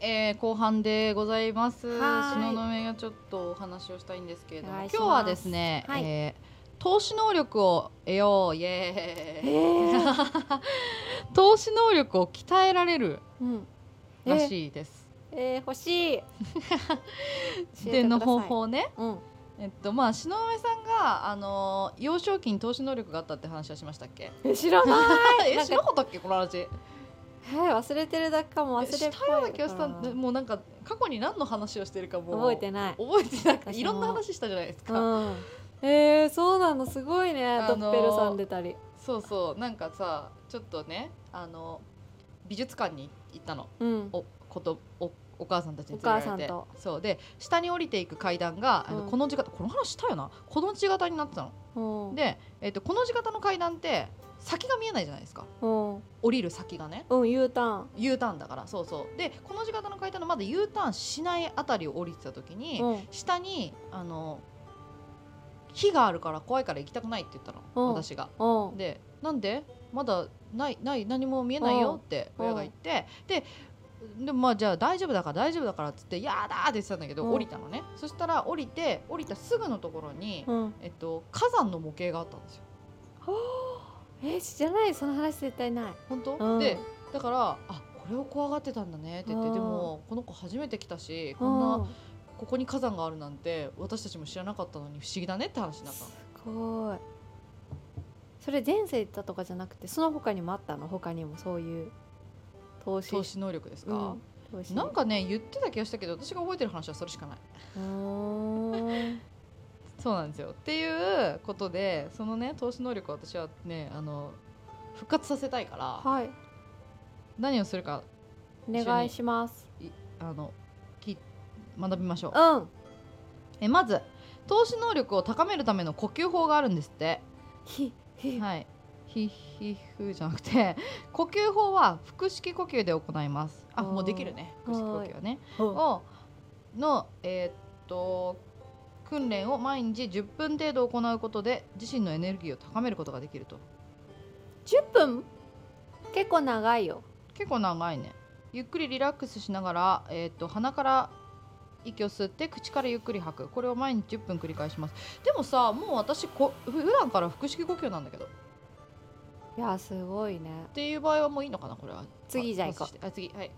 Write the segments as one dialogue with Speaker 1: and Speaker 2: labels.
Speaker 1: えー後半でございます
Speaker 2: はーい
Speaker 1: 東雲がちょっとお話をしたいんですけれども
Speaker 2: お願
Speaker 1: 今
Speaker 2: いし
Speaker 1: 日
Speaker 2: ます
Speaker 1: はですね、
Speaker 2: はい
Speaker 1: えー投資能力を得ようイエーイ
Speaker 2: えー
Speaker 1: 投資能力を鍛えられる
Speaker 2: うん
Speaker 1: ら
Speaker 2: い
Speaker 1: しいです
Speaker 2: えー、欲しい
Speaker 1: 視点の方法ね
Speaker 2: うん
Speaker 1: えっとまあ篠上さんがあのー幼少期に投資能力があったって話はしましたっけ
Speaker 2: え知らない
Speaker 1: え
Speaker 2: なん
Speaker 1: しな
Speaker 2: か
Speaker 1: かったっけこの話
Speaker 2: えー忘れてるだけかも忘れっぽ
Speaker 1: え
Speaker 2: い
Speaker 1: したような気がしたん
Speaker 2: うん
Speaker 1: もうなんか過去に何の話をしてるかもう
Speaker 2: 覚えてない
Speaker 1: 覚えてなくて
Speaker 2: 私も
Speaker 1: いろんな話したじゃないです
Speaker 2: う
Speaker 1: か、
Speaker 2: んえー、そうなのすごいね、
Speaker 1: あのー
Speaker 2: ドッペルさん出たり
Speaker 1: そうそうなんかさちょっとねあの美術館に行ったの
Speaker 2: うん
Speaker 1: おことおお母さんたちに連れられて
Speaker 2: お母
Speaker 1: そうで下に降りていく階段が、あ
Speaker 2: う
Speaker 1: の
Speaker 2: ん
Speaker 1: この字型この話したよなこの字型になってたの、
Speaker 2: うん
Speaker 1: で、えっとこの字型の階段って先が見えないじゃないですか
Speaker 2: うん
Speaker 1: 降りる先がね
Speaker 2: うん U ターン
Speaker 1: U ターンだからそうそうでこの字型の階段のまだ U ターンしないあたりを降りてた時に、
Speaker 2: うん
Speaker 1: 下にあの火があるから怖いから行きたくないって言ったの、
Speaker 2: うん
Speaker 1: 私が
Speaker 2: うん
Speaker 1: でなんでまだないない何も見えないよって
Speaker 2: うん
Speaker 1: 親が言ってででもまあじゃあ大丈夫だから大丈夫だからっつって「やだ!」って言ってたんだけど
Speaker 2: うん
Speaker 1: 降りたのねそしたら降りて降りたすぐのところに、
Speaker 2: うん
Speaker 1: えっと、火山の模型があったんですよ
Speaker 2: えー、知らないその話絶対ない
Speaker 1: 本当、
Speaker 2: うん
Speaker 1: でだから「あこれを怖がってたんだね」って言って、
Speaker 2: うん
Speaker 1: でもこの子初めて来たしこんな、
Speaker 2: うん
Speaker 1: ここに火山があるなんて私たちも知らなかったのに不思議だねって話になったの
Speaker 2: すごいそれ前世だとかじゃなくてその他にもあったの他にもそういう投資
Speaker 1: 投資能力です
Speaker 2: う
Speaker 1: か
Speaker 2: ん、、投資
Speaker 1: なんかね言ってた気がしたけど私が覚えてる話はそれしかないう
Speaker 2: ーん
Speaker 1: そうなんですよっていうことでそのね投資能力を私はねあの復活させたいから
Speaker 2: はい
Speaker 1: 何をするか
Speaker 2: お願いします
Speaker 1: あのき学びましょう
Speaker 2: うん
Speaker 1: えまず投資能力を高めるための呼吸法があるんですって
Speaker 2: ひひ
Speaker 1: はいひひふじゃなくて 呼吸法は腹式呼吸で行いますあ
Speaker 2: おー
Speaker 1: もうできるね腹式呼吸はね
Speaker 2: お
Speaker 1: をのえーっと訓練を毎日10分程度行うことで自身のエネルギーを高めることができると
Speaker 2: 10分結構長いよ
Speaker 1: 結構長いねゆっくりリラックスしながら、えー、と鼻から息を吸って口からゆっくり吐くこれを毎日10分繰り返しますでもさもう私こ普段から腹式呼吸なんだけどっ
Speaker 2: いやすごいね
Speaker 1: ていう場合はもういいのかなこれは
Speaker 2: 次じゃあ行こ
Speaker 1: パ
Speaker 2: う
Speaker 1: スしてあ次はい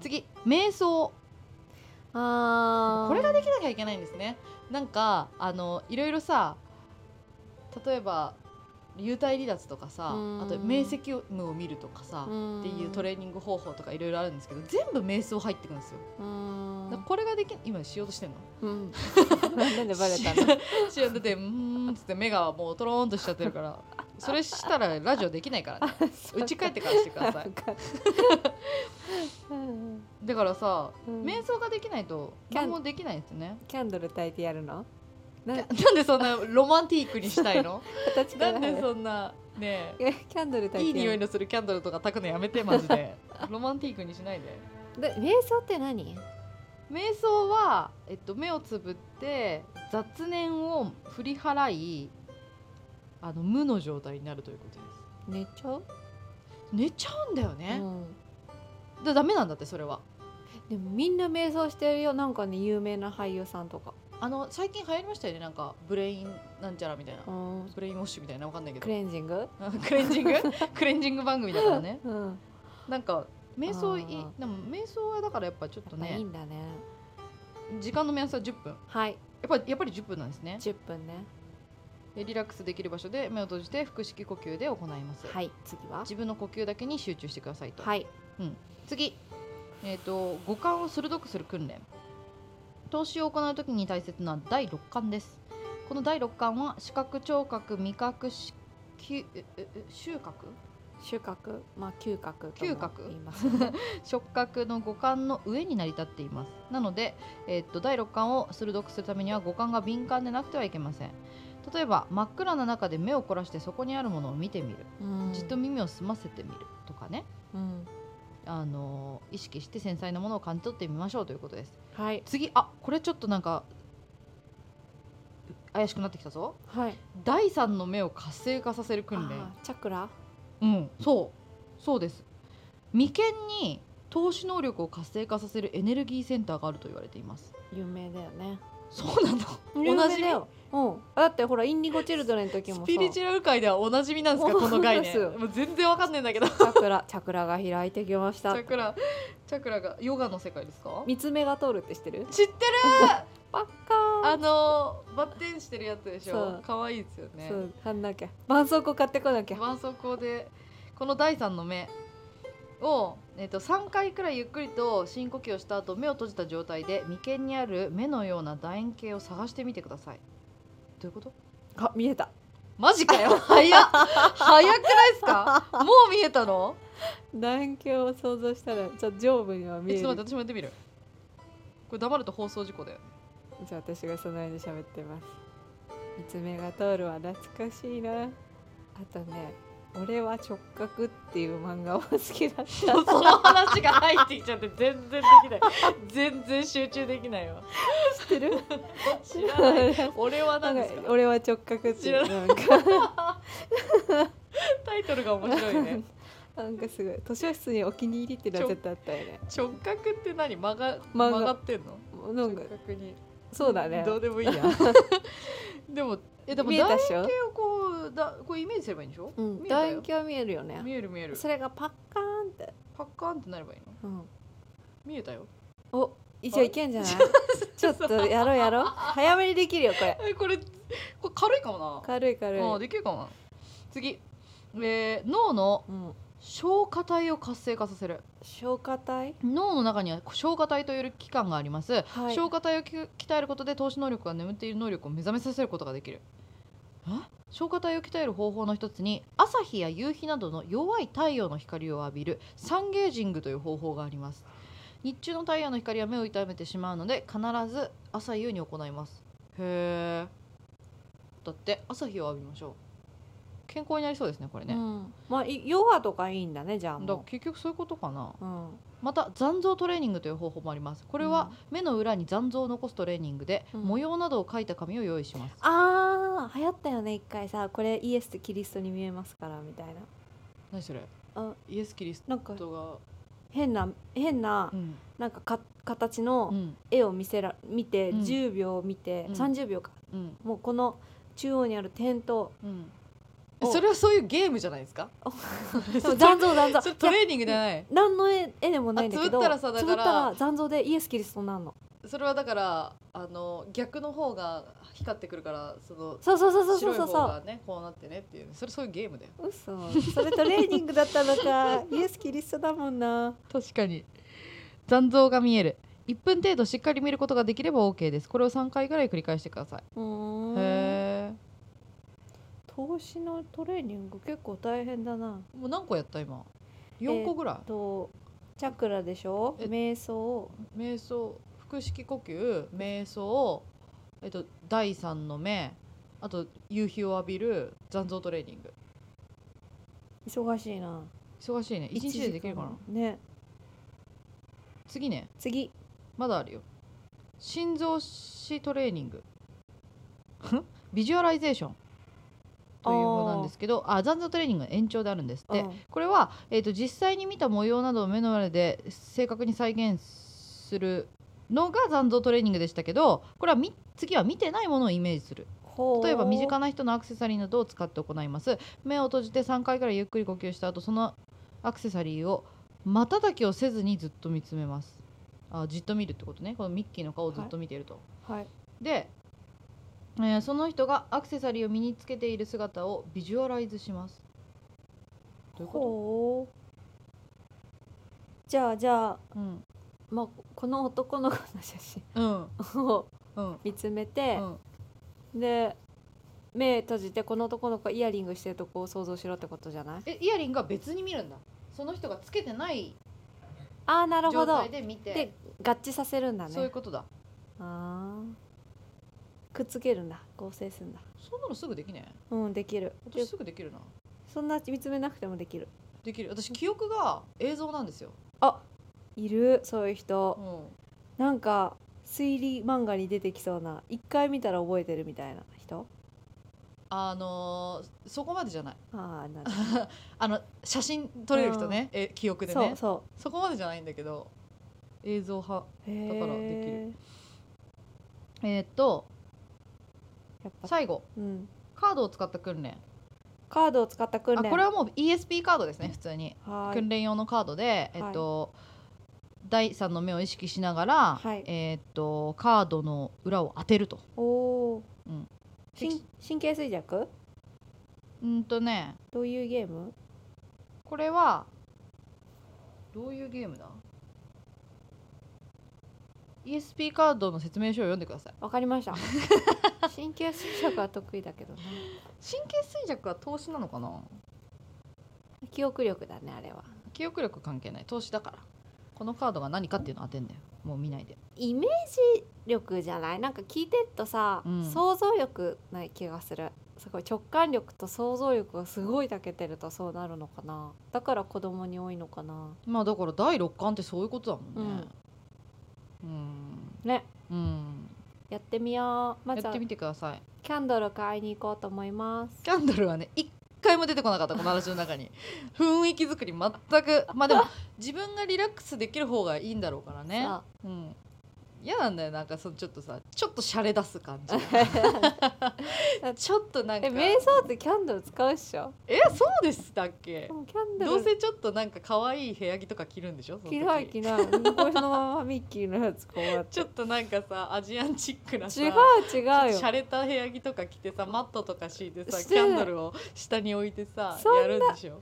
Speaker 1: 次瞑想
Speaker 2: あー
Speaker 1: これができなきゃいけないんですねなんかあのいろいろさ例えば幽体離脱とかさ
Speaker 2: うーん
Speaker 1: あと明晰夢を見るとかさっていうト
Speaker 2: レ
Speaker 1: レーニング方法とかいろいろあるんですけど全部瞑想入ってくるんですよ
Speaker 2: うーん
Speaker 1: だからこれができ今しようとしてんの
Speaker 2: うんなんでバレた
Speaker 1: しようだってうーんっつって目がもうとろーんとしちゃってるからそれしたらラジオできない からね
Speaker 2: の
Speaker 1: うち帰ってからしてくださ い
Speaker 2: 分かったうん
Speaker 1: だからさ
Speaker 2: うん
Speaker 1: 瞑想ができないと
Speaker 2: キャ
Speaker 1: 何
Speaker 2: ン
Speaker 1: もできないですよね
Speaker 2: キャンドル焚いてやるの な
Speaker 1: なんでそんなロマンティークにしたい の
Speaker 2: 形
Speaker 1: な
Speaker 2: から
Speaker 1: ん
Speaker 2: 入
Speaker 1: で
Speaker 2: る
Speaker 1: そんな ねえ
Speaker 2: えキャンドル焚
Speaker 1: いい
Speaker 2: いてや
Speaker 1: 匂い
Speaker 2: る
Speaker 1: のするキャンドルとか炊くのやめてマジでロマンティークにしないで
Speaker 2: で瞑想って何
Speaker 1: 瞑想は、えっと、目をつぶって雑念を振り払いあの無の状態になるということです
Speaker 2: 寝ちゃう、
Speaker 1: 寝ちゃうんだよ
Speaker 2: う
Speaker 1: ね、
Speaker 2: ん、
Speaker 1: だダメなんだってそれは
Speaker 2: でもみんな瞑想してるよなんかね有名な俳優さんとか、
Speaker 1: あの最近流行りましたよねなんかブレインなんちゃらみたいな、
Speaker 2: うん、
Speaker 1: ブレインウォッシュみたいなわかんないけど
Speaker 2: クレンジング、
Speaker 1: クレンジング クレンジング番組だからね
Speaker 2: うん、
Speaker 1: なんか瞑想いい
Speaker 2: あー
Speaker 1: でも瞑想はだからやっぱちょっ
Speaker 2: や
Speaker 1: と
Speaker 2: っぱいい
Speaker 1: ね
Speaker 2: んだね
Speaker 1: 時間の目安は10分や
Speaker 2: はい
Speaker 1: っぱやっぱり10分なんですね
Speaker 2: 10分ね
Speaker 1: えリラックスできる場所で目を閉じて腹式呼吸で行います、
Speaker 2: はい次は
Speaker 1: 自分の呼吸だけに集中してくださいと、
Speaker 2: はい
Speaker 1: 次、えー、と五感を鋭くする訓練投資を行う時に大切な第六感ですこの第六感は視覚聴覚味覚しきえええ収穫
Speaker 2: 収穫まあ嗅覚とも
Speaker 1: 嗅覚
Speaker 2: 言いますよね
Speaker 1: 触覚の五感の上に成り立っていますなので、えー、と第六感を鋭くするためには五感が敏感でなくてはいけません例えば真っ暗な中で目を凝らしてそこにあるものを見てみる
Speaker 2: うん
Speaker 1: じっと耳を澄ませてみるとかね
Speaker 2: うん
Speaker 1: あの意識して繊細なものを感じ取ってみましょうということです
Speaker 2: はい
Speaker 1: 次あこれちょっとなんか怪しくなってきたぞ
Speaker 2: はい
Speaker 1: 第三の目を活性化させる訓練
Speaker 2: あーチャクラ
Speaker 1: うんそうそうです眉間に投資能力を活性化させるエネルギーセンターがあると言われています
Speaker 2: 有名だよね
Speaker 1: そうなの
Speaker 2: 有
Speaker 1: 同
Speaker 2: 名
Speaker 1: じ
Speaker 2: だよ、うん、だってほらインディゴチルドレンの時
Speaker 1: ス
Speaker 2: も
Speaker 1: ピリチ
Speaker 2: さ
Speaker 1: ュアル界ではおなじみなんですか
Speaker 2: そう
Speaker 1: この概
Speaker 2: そう
Speaker 1: 念
Speaker 2: です
Speaker 1: もう全然わかんないんだけどチ
Speaker 2: チャクラチャクラが開いてきました
Speaker 1: ャクラチャクラがヨガの世界ですか
Speaker 2: 三つ目が通るって知ってる
Speaker 1: 知ってる
Speaker 2: バカ
Speaker 1: あのバッテンしてるやつでし
Speaker 2: そ
Speaker 1: ょ
Speaker 2: う
Speaker 1: 可愛いですよ
Speaker 2: ー
Speaker 1: ね
Speaker 2: そう貼んなきゃ絆創膏買ってこなきゃ
Speaker 1: 絆創膏でこの第三の目を、えっと3回くらいゆっくりと深呼吸をした後目を閉じた状態で眉間にある目のような楕円形を探してみてくださいどういうこと
Speaker 2: あ見えた
Speaker 1: マジか よ早っ早くないですかもう見えたの
Speaker 2: 楕円形を想像したらじゃ上部には見
Speaker 1: え
Speaker 2: え
Speaker 1: ち
Speaker 2: る
Speaker 1: ょっと待って私もやってみるこれ黙ると放送事故だよね
Speaker 2: じゃあ私がその間喋ってます三つ目が通るは懐かしいなあとね俺は直角っていう漫画は好きだっ
Speaker 1: その話が入ってきちゃって全然できない全然集中できないわ
Speaker 2: た知ってる
Speaker 1: 知らない俺は
Speaker 2: な
Speaker 1: 何
Speaker 2: んか
Speaker 1: ですか
Speaker 2: 俺は直角って
Speaker 1: 知
Speaker 2: い
Speaker 1: ら
Speaker 2: う
Speaker 1: な
Speaker 2: なんか
Speaker 1: タイトルが面白いね
Speaker 2: なんかすごい図書室にお気に入りってなっちゃったあったよね
Speaker 1: 直角って何曲が
Speaker 2: が
Speaker 1: 曲がってんの
Speaker 2: なんか
Speaker 1: 直角に
Speaker 2: そうだね
Speaker 1: どうでもいい やでもえでも
Speaker 2: 見え
Speaker 1: 楕
Speaker 2: た
Speaker 1: 円
Speaker 2: っしょ、
Speaker 1: 形をこうだこうイメージすればいいんでしょ、
Speaker 2: うん、
Speaker 1: 見えた
Speaker 2: 楕
Speaker 1: よ
Speaker 2: 円形は見えるよね
Speaker 1: 見える見える
Speaker 2: それがパッカーンって、
Speaker 1: パッカーンってなればいいの
Speaker 2: うん、
Speaker 1: 見えたよ
Speaker 2: お一応いけん じゃないちょっとやろうやろう早めにできるよこれ
Speaker 1: えこれこれ軽いかもな
Speaker 2: 軽い軽い、
Speaker 1: あーできるかもな次、えー脳の
Speaker 2: うん、
Speaker 1: 消化体を活性化させる
Speaker 2: 消化体
Speaker 1: 脳の中には消化体という器官があります、
Speaker 2: はい
Speaker 1: 消化体をき鍛えることで投資能力が眠っている能力を目覚めさせることができるえ消化体を鍛える方法の一つに朝日や夕日などの弱い太陽の光を浴びるサンゲージングという方法があります日中の太陽の光は目を痛めてしまうので必ず朝夕に行いますへえだって朝日を浴びましょう健康になりそうですねこれ
Speaker 2: う
Speaker 1: ね、
Speaker 2: ん、まあいヨガとかいいんだねじゃあ
Speaker 1: だから
Speaker 2: も
Speaker 1: 結局そういうことかな
Speaker 2: う、うん、
Speaker 1: また残像トレーニングという方法もありますこれは目の裏に残像を残すトレーニングで、
Speaker 2: うん
Speaker 1: 模様などを描いた紙を用意します
Speaker 2: あー流行ったよね一回さこれイエスとキリストに見えますからみたいな
Speaker 1: 何それ
Speaker 2: あ
Speaker 1: イエス・キリス
Speaker 2: なんか
Speaker 1: ト
Speaker 2: 変な変
Speaker 1: が
Speaker 2: な
Speaker 1: うん、
Speaker 2: なんかか形
Speaker 1: う
Speaker 2: の
Speaker 1: ん
Speaker 2: 絵を見せら見て、
Speaker 1: うん
Speaker 2: 10秒見て、
Speaker 1: うん
Speaker 2: 30秒か
Speaker 1: うん
Speaker 2: もうこの中央にある点 と
Speaker 1: うん
Speaker 2: お
Speaker 1: それはそういうゲームじゃないですか
Speaker 2: でも残像残像
Speaker 1: それトレーニングじゃない
Speaker 2: 何の絵絵でもないんだけど
Speaker 1: あつぶったらさだから
Speaker 2: つぶったら残像でイエス・キリストになるの
Speaker 1: それはだからあの逆の方が光ってくるからその
Speaker 2: そうそうそうそうそ
Speaker 1: 白
Speaker 2: う
Speaker 1: い
Speaker 2: そう
Speaker 1: 方
Speaker 2: そ
Speaker 1: がねこうなってねっていうそれそういうゲームだよ
Speaker 2: う嘘それトレーニングだったのかイエス・キリストだもんな
Speaker 1: 確かに残像が見える1分程度しっかり見ることができれば OK ですこれを3回ぐらい繰り返してくださいう
Speaker 2: ーん
Speaker 1: へえ
Speaker 2: 投資のトレーニング結構大変だな
Speaker 1: もう何個やった今4個ぐらい、
Speaker 2: とチャクラでしょ
Speaker 1: え
Speaker 2: 瞑想
Speaker 1: 瞑想腹式呼吸瞑想、えっと、第三の目あと夕日を浴びる残像トレーニング
Speaker 2: 忙しいな
Speaker 1: 忙しいね一日でできるかな
Speaker 2: 一時間ね
Speaker 1: 次ね
Speaker 2: 次
Speaker 1: まだあるよ心臓視トレーニング んビジュアライゼーションというものなんですけどあ残像トレーニングの延長であるんですって、
Speaker 2: うん
Speaker 1: これは、えー、と実際に見た模様などを目の前で正確に再現するのが残像トレーニングでしたけどこれはみ次は見てないものをイメージする
Speaker 2: ほう
Speaker 1: 例えば身近な人のアクセサリーなどを使って行います目を閉じて3回からいゆっくり呼吸した後そのアクセサリーを瞬きをせずにずっと見つめますあじっと見るってことねこのミッキーの顔をずっと見ていると、
Speaker 2: はい
Speaker 1: で、えーその人がアクセサリーを身につけている姿をビジュアライズしますどういうこ
Speaker 2: ほうじゃあじゃあ、
Speaker 1: とうん
Speaker 2: まあ、この男の子の写真
Speaker 1: うん
Speaker 2: を
Speaker 1: うん
Speaker 2: 見つめて
Speaker 1: う、ん
Speaker 2: で目閉じてこの男の子がイヤリングしてるとこを想像しろってことじゃない
Speaker 1: えイヤリングは別に見るんだその人がつけてない
Speaker 2: ああなるほ
Speaker 1: 状
Speaker 2: ど
Speaker 1: 態で見て
Speaker 2: で合致させるんだね
Speaker 1: そういうことだ
Speaker 2: あーくっつけるんだ合成するんだ
Speaker 1: そんなのすぐできねえ
Speaker 2: うんできる
Speaker 1: 私すぐできるな
Speaker 2: そんな見つめなくてもできる
Speaker 1: できる私記憶が映像なんですよ、
Speaker 2: いるそういう人
Speaker 1: うん、
Speaker 2: なんか推理漫画に出てきそうな一回見たら覚えてるみたいな人
Speaker 1: あのーそこまでじゃない
Speaker 2: ああなるほ
Speaker 1: あの写真撮れる人ね、え記憶で
Speaker 2: どそ
Speaker 1: ね
Speaker 2: うそ
Speaker 1: そこまでじゃないんだけど映像派
Speaker 2: うへ
Speaker 1: だからできる
Speaker 2: え
Speaker 1: えーっと
Speaker 2: やっぱ、
Speaker 1: 最後
Speaker 2: うん、
Speaker 1: カードを使った訓練
Speaker 2: カードを使った訓
Speaker 1: あ
Speaker 2: 練
Speaker 1: これはもう ESP カードですね普通に
Speaker 2: はー
Speaker 1: 訓
Speaker 2: い
Speaker 1: 練用のカードで、えっと第3の目を意識しながら、
Speaker 2: はい
Speaker 1: えっとカードの裏を当てると。
Speaker 2: おおー、
Speaker 1: うん
Speaker 2: しん神経衰弱
Speaker 1: うんとね
Speaker 2: どういうゲーム
Speaker 1: これはどういうゲームだ ?ESP カードの説明書を読んでください。
Speaker 2: わかりました 神経衰弱は得意だけどね
Speaker 1: 神経衰弱は投資なのかな
Speaker 2: 記憶力だねあれは
Speaker 1: 記憶力関係ない投資だからこのカードが何かっていうのを当てんだよもう見ないで
Speaker 2: イメージ力じゃないなんか聞いてるとさ、
Speaker 1: うん
Speaker 2: 想像力ない気がするすごい直感力と想像力がすごい長けてるとそうなるのかなだから子供に多いのかな
Speaker 1: まあだから第六感ってそういうことだもんねうん
Speaker 2: ね
Speaker 1: うん
Speaker 2: やってみようまず
Speaker 1: やっ
Speaker 2: は
Speaker 1: てみてください
Speaker 2: キャンドル買いに行こうと思います
Speaker 1: キャンドルはね一回も出てこなかったこの話の中 に雰囲気作り全くまあでも自分がリラックスできる方がいいんだろうからね
Speaker 2: さ
Speaker 1: うん嫌なんだよなんかそのちょっとさちょっと洒落出す 感じちょっとなんか
Speaker 2: え瞑想ってキャンドル使うっしょ
Speaker 1: えそうでしたっけ
Speaker 2: でもキャンドル
Speaker 1: どうせちょっとなんか可愛い部屋着とか着るんでしょその時
Speaker 2: 着ない着ないうんこれそのままミッキーのやつこうやって
Speaker 1: ちょっとなんかさアジアンチックなさ
Speaker 2: 違う違うよ
Speaker 1: 洒落た部屋着とか着てさマットとか敷いてさ
Speaker 2: し
Speaker 1: キ
Speaker 2: てない
Speaker 1: ャンドルを下に置いてさ
Speaker 2: そんな
Speaker 1: やるんでしょ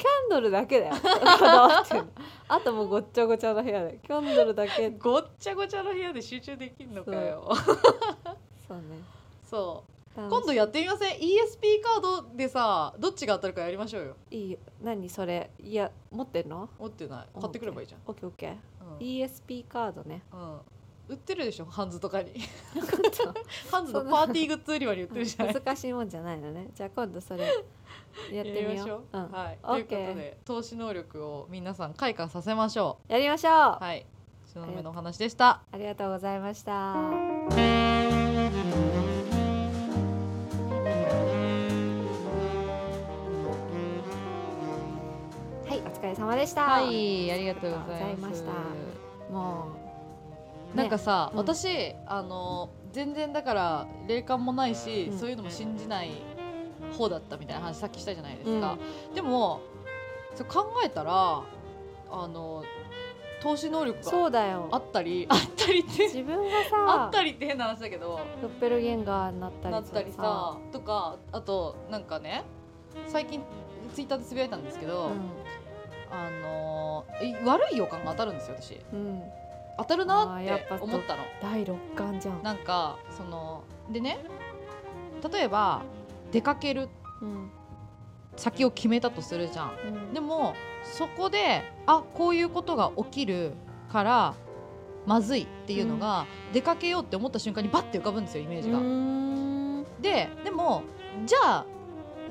Speaker 2: キャンドルだけだよこだわってんのあともうごっちゃごちゃの部屋でキャンドルだけ
Speaker 1: ごっちゃごちゃの部屋で集中できんのかよ
Speaker 2: そうね
Speaker 1: そう今
Speaker 2: 今
Speaker 1: 度やってみません ESP カードでさどっちが当たるかやりましょうよ
Speaker 2: いいよ何それいや持ってんの
Speaker 1: 持ってない買ってくればいいじゃん、
Speaker 2: オッケーオッケー
Speaker 1: うん
Speaker 2: ESP カード ね
Speaker 1: うん売ってるでしょハンズと かに
Speaker 2: 難
Speaker 1: ハンズのパーティーグッズ売り場に売ってるじゃない
Speaker 2: しいもんじゃないのねじゃあ今度それやってみよううん
Speaker 1: はい、
Speaker 2: オ
Speaker 1: という
Speaker 2: ッ
Speaker 1: こと
Speaker 2: ケー
Speaker 1: で投資能力を皆さん開花させましょ
Speaker 2: やりましょう、
Speaker 1: う。はい、東雲のお話でした。
Speaker 2: ありがとうございましたはいお疲れ様でした
Speaker 1: はい、ありがとうございま
Speaker 2: ありがとうございまし
Speaker 1: す
Speaker 2: た。もう
Speaker 1: なんか
Speaker 2: ね
Speaker 1: さ、
Speaker 2: うん
Speaker 1: 私あの全然だから霊感もないし、
Speaker 2: うん
Speaker 1: そういうのも信じない方だったみたいな話さっきしたじゃないですか。でもそう考えたらあの投資能力が
Speaker 2: そうだよ
Speaker 1: あったりあったりって
Speaker 2: 自分がさ
Speaker 1: あったりって変な話だけど。
Speaker 2: ドッペルゲンガーになったり
Speaker 1: なったりさとかあとなんかね最近ツイッターでつぶやいたんですけど、あのーい悪い予感が当たるんですよ私
Speaker 2: うん、うん、
Speaker 1: 当たるな
Speaker 2: あ
Speaker 1: っ
Speaker 2: ーやってぱと
Speaker 1: 思ったの
Speaker 2: 第六感じゃん
Speaker 1: なんかそのでね例えば出かける
Speaker 2: うん
Speaker 1: 先を決めたとするじゃん
Speaker 2: うん
Speaker 1: でもそこであこういうことが起きるからまずいっていうのが、出かけようって思った瞬間にバッて浮かぶんですよイメー
Speaker 2: う
Speaker 1: ジが。
Speaker 2: ーん
Speaker 1: ででもじゃあ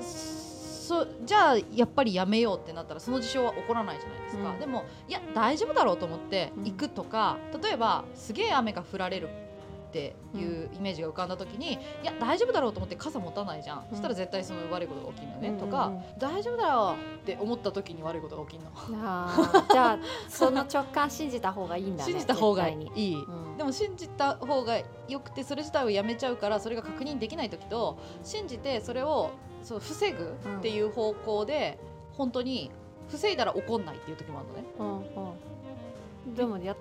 Speaker 1: そじゃあやっぱりやめようってなったらその事象は起こらないじゃないですか、
Speaker 2: うん
Speaker 1: でもいや大丈夫だろうと思って
Speaker 2: うん
Speaker 1: 行くとか、例えばすげえ雨が降られるっていうイメージが浮かんだ時に、いや大丈夫だろうと思って傘持たないじゃん、そしたら絶対その悪いことが起きるのね、
Speaker 2: うん
Speaker 1: とか、
Speaker 2: うんうん
Speaker 1: 大丈夫だろうって思った時に悪いことが起きるの、
Speaker 2: あーじゃあその直感信じた方がいいんだね
Speaker 1: 信じた方がい
Speaker 2: 絶対に
Speaker 1: い。
Speaker 2: うん
Speaker 1: でも信じた方がよくてそれ自体をやめちゃうからそれが確認できない時と信じてそれをそう防ぐっていう方向で本当に防いだら怒んないっていう時もあるのね
Speaker 2: うんうんでもや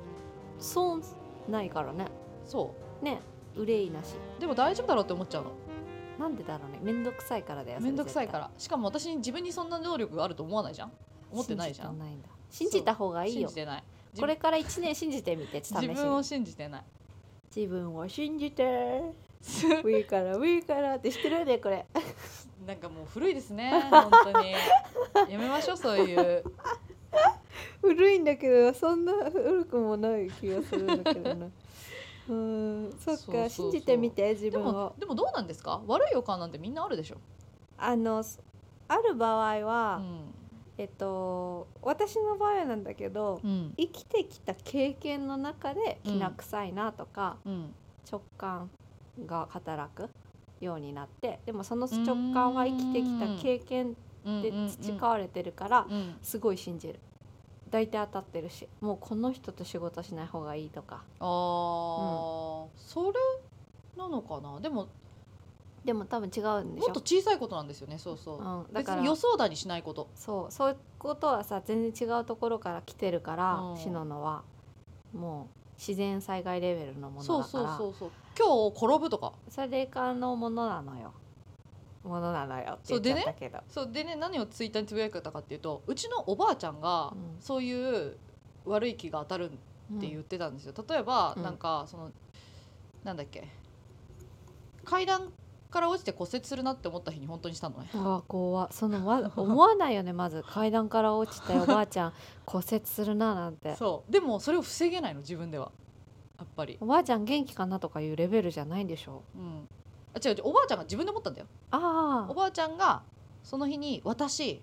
Speaker 2: 損ないからね
Speaker 1: そ
Speaker 2: ね憂いなし
Speaker 1: うでも大丈夫だろうって思っちゃうの
Speaker 2: なんでだろうね面倒くさいからだよ
Speaker 1: 面倒くさいからしかも私に自分にそんな能力があると思わないじゃん思ってないじゃん
Speaker 2: 信じたないんだ信じた方がいい
Speaker 1: 信
Speaker 2: よ
Speaker 1: じてない
Speaker 2: これから一年信じてみて試し
Speaker 1: 自
Speaker 2: に
Speaker 1: 分を信じてない
Speaker 2: 自分を信じてウィーからウィーからってしてるねこれ
Speaker 1: なんかもう古いです ね本当にやめましょうそういう
Speaker 2: 古いんだけどそんな古くもない気がするんだけどなうーんそっか
Speaker 1: そうそうそう
Speaker 2: 信じてみて自
Speaker 1: で
Speaker 2: 分
Speaker 1: も
Speaker 2: を
Speaker 1: でもどうなんですか悪い予感なんてみんなあるでしょ、
Speaker 2: あのそある場合
Speaker 1: う
Speaker 2: は、
Speaker 1: ん
Speaker 2: えっと私の場合はなんだけど、
Speaker 1: うん
Speaker 2: 生きてきた経験の中で
Speaker 1: うん
Speaker 2: きな臭いなとか、
Speaker 1: うん
Speaker 2: 直感が働くようになってでもその直感は生きてきた経験で培われてるから
Speaker 1: うんうん
Speaker 2: すごい信じる大体当たってるしもうこの人と仕事しない方がいいとか
Speaker 1: あー、それなのかなでも
Speaker 2: でも多分違うんでし
Speaker 1: もっと
Speaker 2: ょ
Speaker 1: 小さいことなんですよねそうそう、
Speaker 2: うん、だ
Speaker 1: 別
Speaker 2: から
Speaker 1: に予想だにしないこと
Speaker 2: そうそういうことはさ全然違うところから来てるから
Speaker 1: うん
Speaker 2: シノノはもう自然災害レベルのもの
Speaker 1: そ
Speaker 2: だ
Speaker 1: う
Speaker 2: か
Speaker 1: そう
Speaker 2: ら
Speaker 1: そうそう今日転ぶとか
Speaker 2: それかのものなのよものなのよって
Speaker 1: そ
Speaker 2: 言
Speaker 1: う
Speaker 2: っち
Speaker 1: で
Speaker 2: ゃっ
Speaker 1: ね
Speaker 2: たけど
Speaker 1: そうでね何をツイッターにつぶやかたかっていうとうちのおばあちゃんが
Speaker 2: うん
Speaker 1: そういう悪い気が当たるって言ってたんですよ、例えば、
Speaker 2: うん
Speaker 1: なんかそのなんだっけ階段から落ちて骨折するなって思った日に本当にしたのね
Speaker 2: うん、うわ怖っその わ思わないよねまず階段から落ちた おばあちゃん骨折するななんて
Speaker 1: そうでもそれを防げないの自分ではやっぱり、
Speaker 2: おばあちゃん元気かなとかいうレベルじゃないでしょ
Speaker 1: うん、あ違う違うおばあちゃんが自分で思ったんだよ
Speaker 2: あ
Speaker 1: お
Speaker 2: あ
Speaker 1: ばあちゃんがその日に私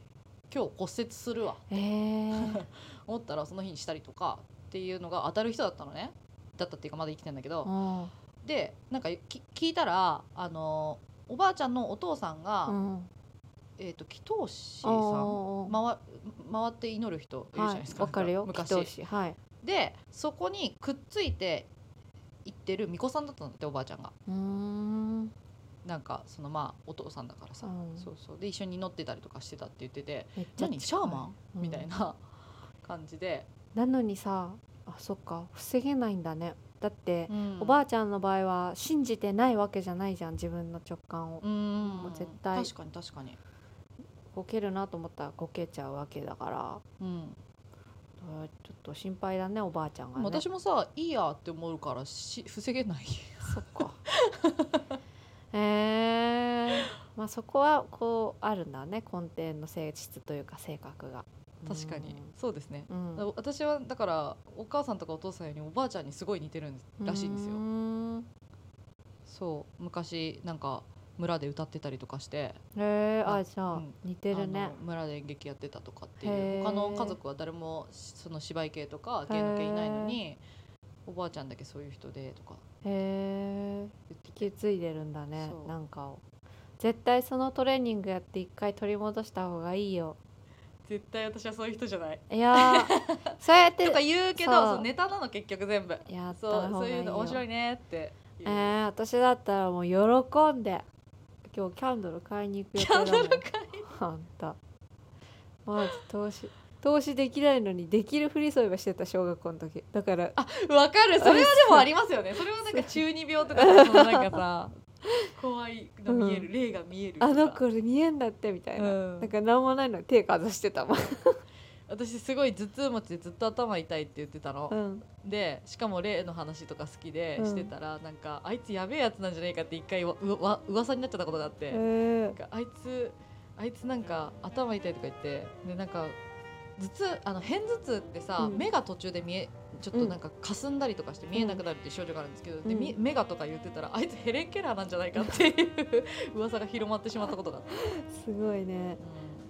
Speaker 1: 今日骨折するわ
Speaker 2: ええ
Speaker 1: 思ったらその日にしたりとかっていうのが当たる人だったのねだったっていうかまだ生きてんだけど、
Speaker 2: うん
Speaker 1: でなんかき聞いたらあのおばあちゃんのお父さんが、
Speaker 2: うん
Speaker 1: えっ、と祈祷師さ
Speaker 2: おー
Speaker 1: ん
Speaker 2: おー
Speaker 1: 回回って祈る人いるじゃないですか,、
Speaker 2: わかるよ
Speaker 1: 昔
Speaker 2: 祈祷師はい
Speaker 1: でそこにくっついて行ってる巫女さんだったんだっておばあちゃんが
Speaker 2: うーん
Speaker 1: なんかそのまあお父さんだからさ、
Speaker 2: うん
Speaker 1: そうそうで一緒に祈ってたりとかしてたって言ってて
Speaker 2: めっ
Speaker 1: 「
Speaker 2: ちゃ
Speaker 1: 何シャーマン?」
Speaker 2: うん
Speaker 1: みたいな感じで、
Speaker 2: なのにさあそっか防げないんだねだって、おば
Speaker 1: あ
Speaker 2: あちゃんの場合は信じてないわけじゃないじゃん自分の直感を
Speaker 1: うん
Speaker 2: もう絶対
Speaker 1: 確かに確かに、
Speaker 2: こけるなと思ったらこけちゃうわけだから
Speaker 1: うん
Speaker 2: あーちょっと心配だねおばあちゃんがね
Speaker 1: 私もさいいやって思うからし防げない
Speaker 2: そっかえー、まあそこはこうあるんだね根底の性質というか性格が
Speaker 1: 確かにそうですね
Speaker 2: うん
Speaker 1: だ私はだからお母さんとかお父さんよりおばあちゃんにすごい似てるんですらしいんですよ
Speaker 2: よ
Speaker 1: そう昔なんか村で歌ってたりとかして
Speaker 2: へえー、
Speaker 1: う
Speaker 2: あ
Speaker 1: ん
Speaker 2: じゃあ、
Speaker 1: うん
Speaker 2: 似てるね
Speaker 1: あの村で演劇やってたとかってい
Speaker 2: へ
Speaker 1: う
Speaker 2: ー
Speaker 1: 他の家族は誰もその芝居系とか芸能系いないのにおばあちゃんだけそういう人でとか
Speaker 2: へえ
Speaker 1: 言ってて
Speaker 2: 引き継いでるんだね
Speaker 1: そう
Speaker 2: なんかを絶対そのトレーニングやって一回取り戻した方がいいよ
Speaker 1: 絶対私はそういう人じゃない
Speaker 2: いや ーそうやって
Speaker 1: とか言うけど
Speaker 2: そ
Speaker 1: そ
Speaker 2: う
Speaker 1: うネタなの結局全部
Speaker 2: やった
Speaker 1: そう
Speaker 2: 方
Speaker 1: そ
Speaker 2: が
Speaker 1: う
Speaker 2: いい
Speaker 1: い
Speaker 2: よ
Speaker 1: うの面白いねっていう
Speaker 2: えー、私だったらもう喜んで今日キャンドル買いに行く予定
Speaker 1: キ
Speaker 2: だ
Speaker 1: ャ
Speaker 2: もん
Speaker 1: ンドル会
Speaker 2: あんたまず投資投資できないのにできるふりそういえばしてた小学校の時だから
Speaker 1: わかるそれはでもありますよねそれはなんか中二病とかさそのなんかさ 怖いの見える、
Speaker 2: う
Speaker 1: 霊が見えるとか
Speaker 2: あの子見えんだってみたいな、
Speaker 1: うん
Speaker 2: なんか何もないのに手かざしてたもん、
Speaker 1: 私すごい頭痛持ちでずっと頭痛いって言ってたの
Speaker 2: う、ん、
Speaker 1: でしかも霊の話とか好きで
Speaker 2: うん
Speaker 1: してたら、なんかあいつやべえやつなんじゃないかって一回わうわ噂になっちゃったことがあって、
Speaker 2: えー
Speaker 1: なんかあいつあいつなんか頭痛いとか言ってでなんか頭痛あの片頭痛ってさ、
Speaker 2: うん
Speaker 1: 目が途中で見えちょっとなんか霞んだりとかして見えなくなるっていう症状があるんですけど、でみ目がとか言ってたらあいつヘレン・ケラーなんじゃないかっていう噂が広まってしまったことがあって、
Speaker 2: すごいね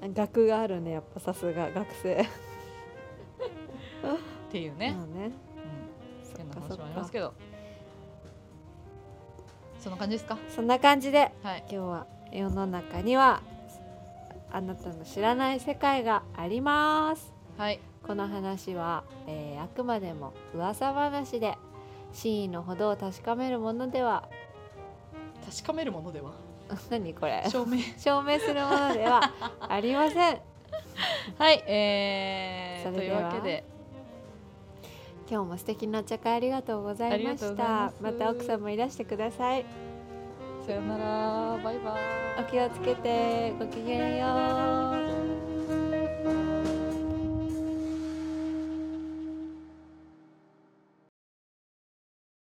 Speaker 2: 学があるねやっぱさすが学生
Speaker 1: っていうね、
Speaker 2: まあね
Speaker 1: うん
Speaker 2: そ
Speaker 1: 変
Speaker 2: っ
Speaker 1: な
Speaker 2: か
Speaker 1: 話
Speaker 2: そっ
Speaker 1: もあります
Speaker 2: か
Speaker 1: けどそんな感じですか
Speaker 2: そんな感じで
Speaker 1: はい
Speaker 2: 今日は世の中にはあなたの知らない世界があります
Speaker 1: はい
Speaker 2: この話は、えーあくまでも噂話で真意のほどを確かめるものでは
Speaker 1: 確かめるもので は
Speaker 2: 何これ
Speaker 1: 証明
Speaker 2: 証明するもので はありません
Speaker 1: はいえー、
Speaker 2: そ
Speaker 1: と
Speaker 2: れ
Speaker 1: いう
Speaker 2: では
Speaker 1: わけで
Speaker 2: 今日も素敵なお茶会ありがとうございま
Speaker 1: ありがとう
Speaker 2: し
Speaker 1: ございま
Speaker 2: た
Speaker 1: す
Speaker 2: また奥様いらしてください
Speaker 1: さよならバイバイ
Speaker 2: お気をつけてごきげんよう